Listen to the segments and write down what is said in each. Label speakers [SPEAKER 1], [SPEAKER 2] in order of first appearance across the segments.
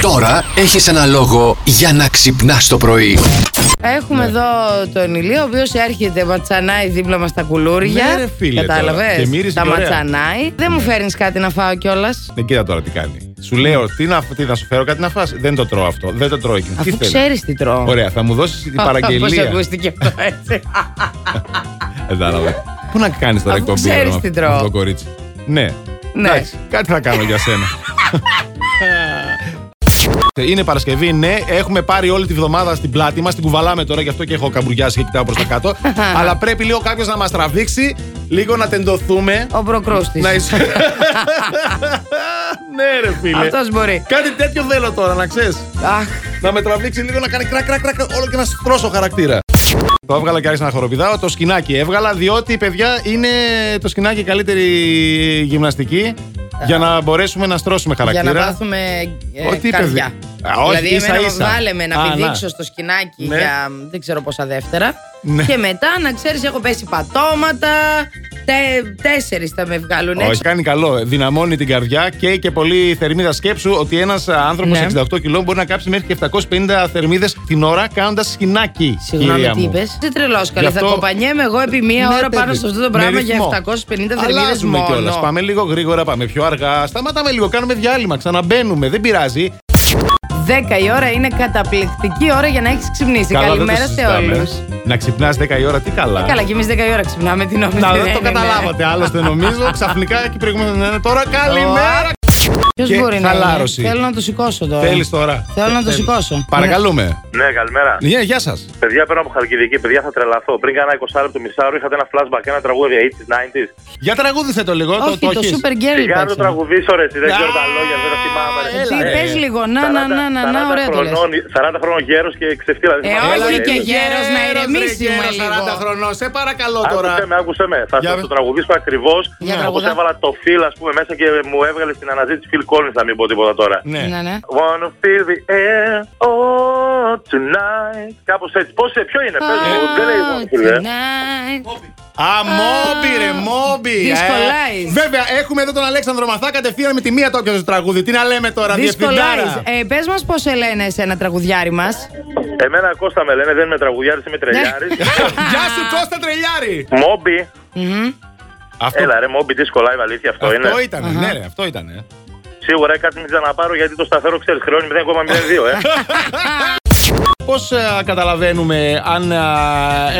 [SPEAKER 1] Τώρα έχεις ένα λόγο για να ξυπνάς το πρωί.
[SPEAKER 2] Έχουμε
[SPEAKER 3] Ναι.
[SPEAKER 2] εδώ τον Ηλία, ο οποίος έρχεται ματσανάει δίπλα μας τα κουλούρια.
[SPEAKER 3] Ναι, ρε, φίλε,
[SPEAKER 2] Κατάλαβες.
[SPEAKER 3] τώρα. Και μύριζε
[SPEAKER 2] Τα
[SPEAKER 3] και ωραία.
[SPEAKER 2] ματσανάει. Δεν μου φέρνεις κάτι να φάω κιόλας.
[SPEAKER 3] Ναι, κοίτα τώρα τι κάνει. Σου λέω, τι να, τι να σου φέρω, κάτι να φας. Δεν το τρώω αυτό. Δεν το τρώω εκείνο. Τι
[SPEAKER 2] Αφού
[SPEAKER 3] θέλεις.
[SPEAKER 2] ξέρεις τι τρώω.
[SPEAKER 3] Ωραία, θα μου δώσεις την
[SPEAKER 2] Πώ
[SPEAKER 3] παραγγελία.
[SPEAKER 2] ακούστηκε αυτό έτσι.
[SPEAKER 3] Κατάλαβα. Πού να κάνεις τώρα
[SPEAKER 2] Αφού
[SPEAKER 3] εκπομπή
[SPEAKER 2] ξέρεις
[SPEAKER 3] ρε, με
[SPEAKER 2] τι
[SPEAKER 3] αυτό
[SPEAKER 2] τρώω.
[SPEAKER 3] το κορίτσι. Ναι.
[SPEAKER 2] Ναι.
[SPEAKER 3] Εντάξει, κάτι θα κάνω για σένα. Είναι Παρασκευή, ναι. Έχουμε πάρει όλη τη βδομάδα στην πλάτη μας. Την κουβαλάμε τώρα, γι' αυτό και έχω καμπουριάσει και κοιτάω προς τα κάτω. Αλλά πρέπει λίγο κάποιος να μας τραβήξει, λίγο να τεντωθούμε.
[SPEAKER 2] Ο προκρούστη.
[SPEAKER 3] Να είσαι. ναι, ρε φίλε.
[SPEAKER 2] Αυτός μπορεί.
[SPEAKER 3] Κάτι τέτοιο θέλω τώρα, να ξέρεις.
[SPEAKER 2] Αχ,
[SPEAKER 3] Να με τραβήξει λίγο, να κάνει κρακ, κρακ, κρακ, όλο και να στρώσω χαρακτήρα. Το έβγαλα και άρχισα να χοροπηδάω. Το σκινάκι έβγαλα, διότι παιδιά είναι το σκινάκι η καλύτερη γυμναστική για να μπορέσουμε να στρώσουμε
[SPEAKER 2] για να
[SPEAKER 3] χαρακτήρα.
[SPEAKER 2] πάθουμε ε,
[SPEAKER 3] Ό,τι,
[SPEAKER 2] καρδιά.
[SPEAKER 3] παιδί. Α, όχι,
[SPEAKER 2] δηλαδή,
[SPEAKER 3] ίσα,
[SPEAKER 2] εμένα
[SPEAKER 3] ίσα.
[SPEAKER 2] βάλε με να
[SPEAKER 3] Α,
[SPEAKER 2] πηδήξω
[SPEAKER 3] να.
[SPEAKER 2] στο σκηνάκι
[SPEAKER 3] Ναι.
[SPEAKER 2] για δεν ξέρω πόσα δεύτερα.
[SPEAKER 3] Ναι.
[SPEAKER 2] Και μετά, να ξέρεις, έχω πέσει πατώματα. Τε, Τέσσερις θα με βγάλουν
[SPEAKER 3] Όχι,
[SPEAKER 2] έξω.
[SPEAKER 3] κάνει καλό. Δυναμώνει την καρδιά και και πολύ θερμίδα. Σκέψου ότι ένας άνθρωπος
[SPEAKER 2] Ναι.
[SPEAKER 3] 68 κιλών μπορεί να κάψει μέχρι και 750 θερμίδες την ώρα κάνοντας σκινάκι.
[SPEAKER 2] Συγγνώμη,
[SPEAKER 3] κυρία
[SPEAKER 2] τι
[SPEAKER 3] μου.
[SPEAKER 2] είπες. Δεν τρελό
[SPEAKER 3] Γι'
[SPEAKER 2] καλή. Θα
[SPEAKER 3] αυτό-
[SPEAKER 2] κοπανιέμαι εγώ επί μία
[SPEAKER 3] Ναι,
[SPEAKER 2] ώρα
[SPEAKER 3] παιδί.
[SPEAKER 2] πάνω σε αυτό το
[SPEAKER 3] Με
[SPEAKER 2] πράγμα για
[SPEAKER 3] ρυθμό.
[SPEAKER 2] 750 θερμίδες
[SPEAKER 3] Αλλάζουμε κιόλας.
[SPEAKER 2] μόνο.
[SPEAKER 3] Πάμε λίγο γρήγορα, πάμε πιο αργά. Σταματάμε λίγο, κάνουμε διάλειμμα, ξαναμπαίνουμε. Δεν πειράζει.
[SPEAKER 2] 10 η ώρα είναι καταπληκτική ώρα για να έχεις ξυπνήσει.
[SPEAKER 3] Καλά, δεν το
[SPEAKER 2] Καλημέρα σε
[SPEAKER 3] συζητάμε.
[SPEAKER 2] όλους.
[SPEAKER 3] Να ξυπνάς 10 η ώρα, τι καλά.
[SPEAKER 2] Καλά, ναι, και εμείς 10 η ώρα ξυπνάμε Ε, την ώρα.
[SPEAKER 3] Να, δεν το καταλάβατε. Άλλωστε, νομίζω ξαφνικά εκεί προηγούμενο. ναι, ναι, Τώρα καλημέρα.
[SPEAKER 2] Ωα. Ποιος
[SPEAKER 3] Και
[SPEAKER 2] μπορεί να είναι.
[SPEAKER 3] χαλάρωση.
[SPEAKER 2] Θέλω να το σηκώσω τώρα.
[SPEAKER 3] Θέλεις τώρα.
[SPEAKER 2] Θέλω να το
[SPEAKER 3] Θέλεις.
[SPEAKER 2] σηκώσω.
[SPEAKER 3] Παρακαλούμε.
[SPEAKER 4] Ναι, καλημέρα.
[SPEAKER 3] Ναι, γεια σας.
[SPEAKER 4] Παιδιά, παίρνω από Χαλκιδική. Παιδιά, θα τρελαθώ. Πριν κάνα 20 λεπτό μισάωρο, είχατε ένα flashback, ένα τραγούδι 80s, 90s.
[SPEAKER 3] Για τραγούδισε το λίγο.
[SPEAKER 2] Όχι, το
[SPEAKER 3] έχεις.
[SPEAKER 2] Super Girl
[SPEAKER 4] Σιγά να το
[SPEAKER 2] παίξαμε.
[SPEAKER 4] τραγουδίσω, ρε, εσύ, δεν
[SPEAKER 3] Α,
[SPEAKER 4] ξέρω τα λόγια, δεν τα θυμάμαι. ρε.
[SPEAKER 3] έλα,
[SPEAKER 2] ε. Τι
[SPEAKER 3] ε,
[SPEAKER 2] πες λίγο, να,
[SPEAKER 4] 40
[SPEAKER 2] να, να, να, να,
[SPEAKER 4] 40
[SPEAKER 2] ωραία το λες.
[SPEAKER 4] χρονών- 40 χρόνων γέρος και ξεφτύλα. δεν
[SPEAKER 2] Ε,
[SPEAKER 4] θυμάμαι
[SPEAKER 2] όχι
[SPEAKER 4] τα
[SPEAKER 2] και
[SPEAKER 4] λόγια.
[SPEAKER 2] γέρος, να
[SPEAKER 3] Γέρος, ρε,
[SPEAKER 2] ηρεμήσουμε
[SPEAKER 3] γέρος,
[SPEAKER 2] λίγο.
[SPEAKER 3] 40 χρονών, σε παρακαλώ τώρα.
[SPEAKER 4] Άκουσε με, άκουσε με. Θα
[SPEAKER 3] Για
[SPEAKER 4] σας
[SPEAKER 3] με.
[SPEAKER 4] το τραγουδήσω ακριβώς
[SPEAKER 2] Για
[SPEAKER 4] όπως
[SPEAKER 2] τραγουδά.
[SPEAKER 4] έβαλα το φιλ, ας πούμε, μέσα και μου έβγαλε στην αναζήτηση Phil Collins, να μην πω τίποτα τώρα.
[SPEAKER 3] Ναι.
[SPEAKER 2] Ναι, ναι.
[SPEAKER 4] Wanna feel the air, oh, tonight. Κάπως έτσι. Πώς, ε, ποιο είναι, πες μου, δεν λέει
[SPEAKER 2] Oh,
[SPEAKER 4] wanna feel the air.
[SPEAKER 2] tonight.
[SPEAKER 3] Α, μόμπι, ρε, μόμπι.
[SPEAKER 2] Δυσκολάει.
[SPEAKER 3] Ε, Βέβαια, έχουμε εδώ τον Αλέξανδρο Μαθά κατευθείαν με τη μία το έπιασε το τραγούδι. Τι να λέμε τώρα,
[SPEAKER 2] Δυσκολάει.
[SPEAKER 3] διευθυντάρα.
[SPEAKER 2] Ε, Πες μας πώς σε λένε εσένα τραγουδιάρι μας.
[SPEAKER 4] Εμένα Κώστα με λένε, δεν είμαι τραγουδιάρης, είμαι τρελιάρης.
[SPEAKER 2] ε,
[SPEAKER 3] Γεια σου, Κώστα Τρελιάρη.
[SPEAKER 4] Μόμπι.
[SPEAKER 2] Ε,
[SPEAKER 3] Αυτό,
[SPEAKER 4] Έλα ρε, Μόμπι, δύσκολα είναι αλήθεια αυτό,
[SPEAKER 3] αυτό
[SPEAKER 4] είναι.
[SPEAKER 3] ήταν, ναι, ρε, αυτό ήταν.
[SPEAKER 4] Σίγουρα κάτι μην ξαναπάρω γιατί το σταθερό ξέρεις χρεώνει 0,02. Ε.
[SPEAKER 3] Πώς ε, καταλαβαίνουμε αν ε,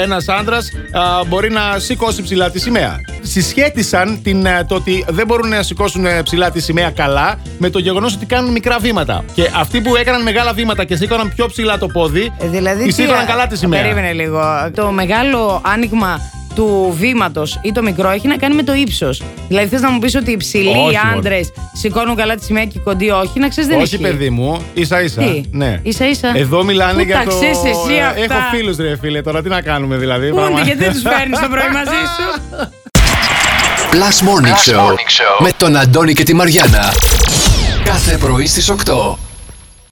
[SPEAKER 3] ένας άντρας ε, μπορεί να σηκώσει ψηλά τη σημαία. Συσχέτισαν την, ε, το ότι δεν μπορούν να σηκώσουν ε, ψηλά τη σημαία καλά με το γεγονός ότι κάνουν μικρά βήματα. Και αυτοί που έκαναν μεγάλα βήματα και σήκωναν πιο ψηλά το πόδι,
[SPEAKER 2] Ε, Δηλαδή.
[SPEAKER 3] τη
[SPEAKER 2] τι-
[SPEAKER 3] σήκωναν καλά τη σημαία.
[SPEAKER 2] Περίμενε λίγο. Το μεγάλο άνοιγμα του βήματος ή το μικρό έχει να κάνει με το ύψος. Δηλαδή θες να μου πεις ότι οι
[SPEAKER 3] Όχι,
[SPEAKER 2] ψηλοί
[SPEAKER 3] μωρέ.
[SPEAKER 2] άντρες σηκώνουν καλά τη σημαία και οι κοντοί όχι. Να ξέρεις δεν
[SPEAKER 3] Όχι,
[SPEAKER 2] ισχύει.
[SPEAKER 3] παιδί μου, ίσα ίσα.
[SPEAKER 2] Τι?
[SPEAKER 3] Ναι.
[SPEAKER 2] Ίσα-ίσα.
[SPEAKER 3] Εδώ μιλάνε
[SPEAKER 2] Πού
[SPEAKER 3] για
[SPEAKER 2] τα
[SPEAKER 3] το. Ε,
[SPEAKER 2] ξέρεις εσύ αυτά?
[SPEAKER 3] Έχω φίλους, ρε φίλε, τώρα τι να κάνουμε δηλαδή.
[SPEAKER 2] Πούντι,
[SPEAKER 3] πράγμα.
[SPEAKER 2] γιατί δεν τους παίρνει το πρωί μαζί σου.
[SPEAKER 1] Plus Morning, Show, με τον Αντώνη και τη Μαριάνα. Κάθε πρωί στις 8.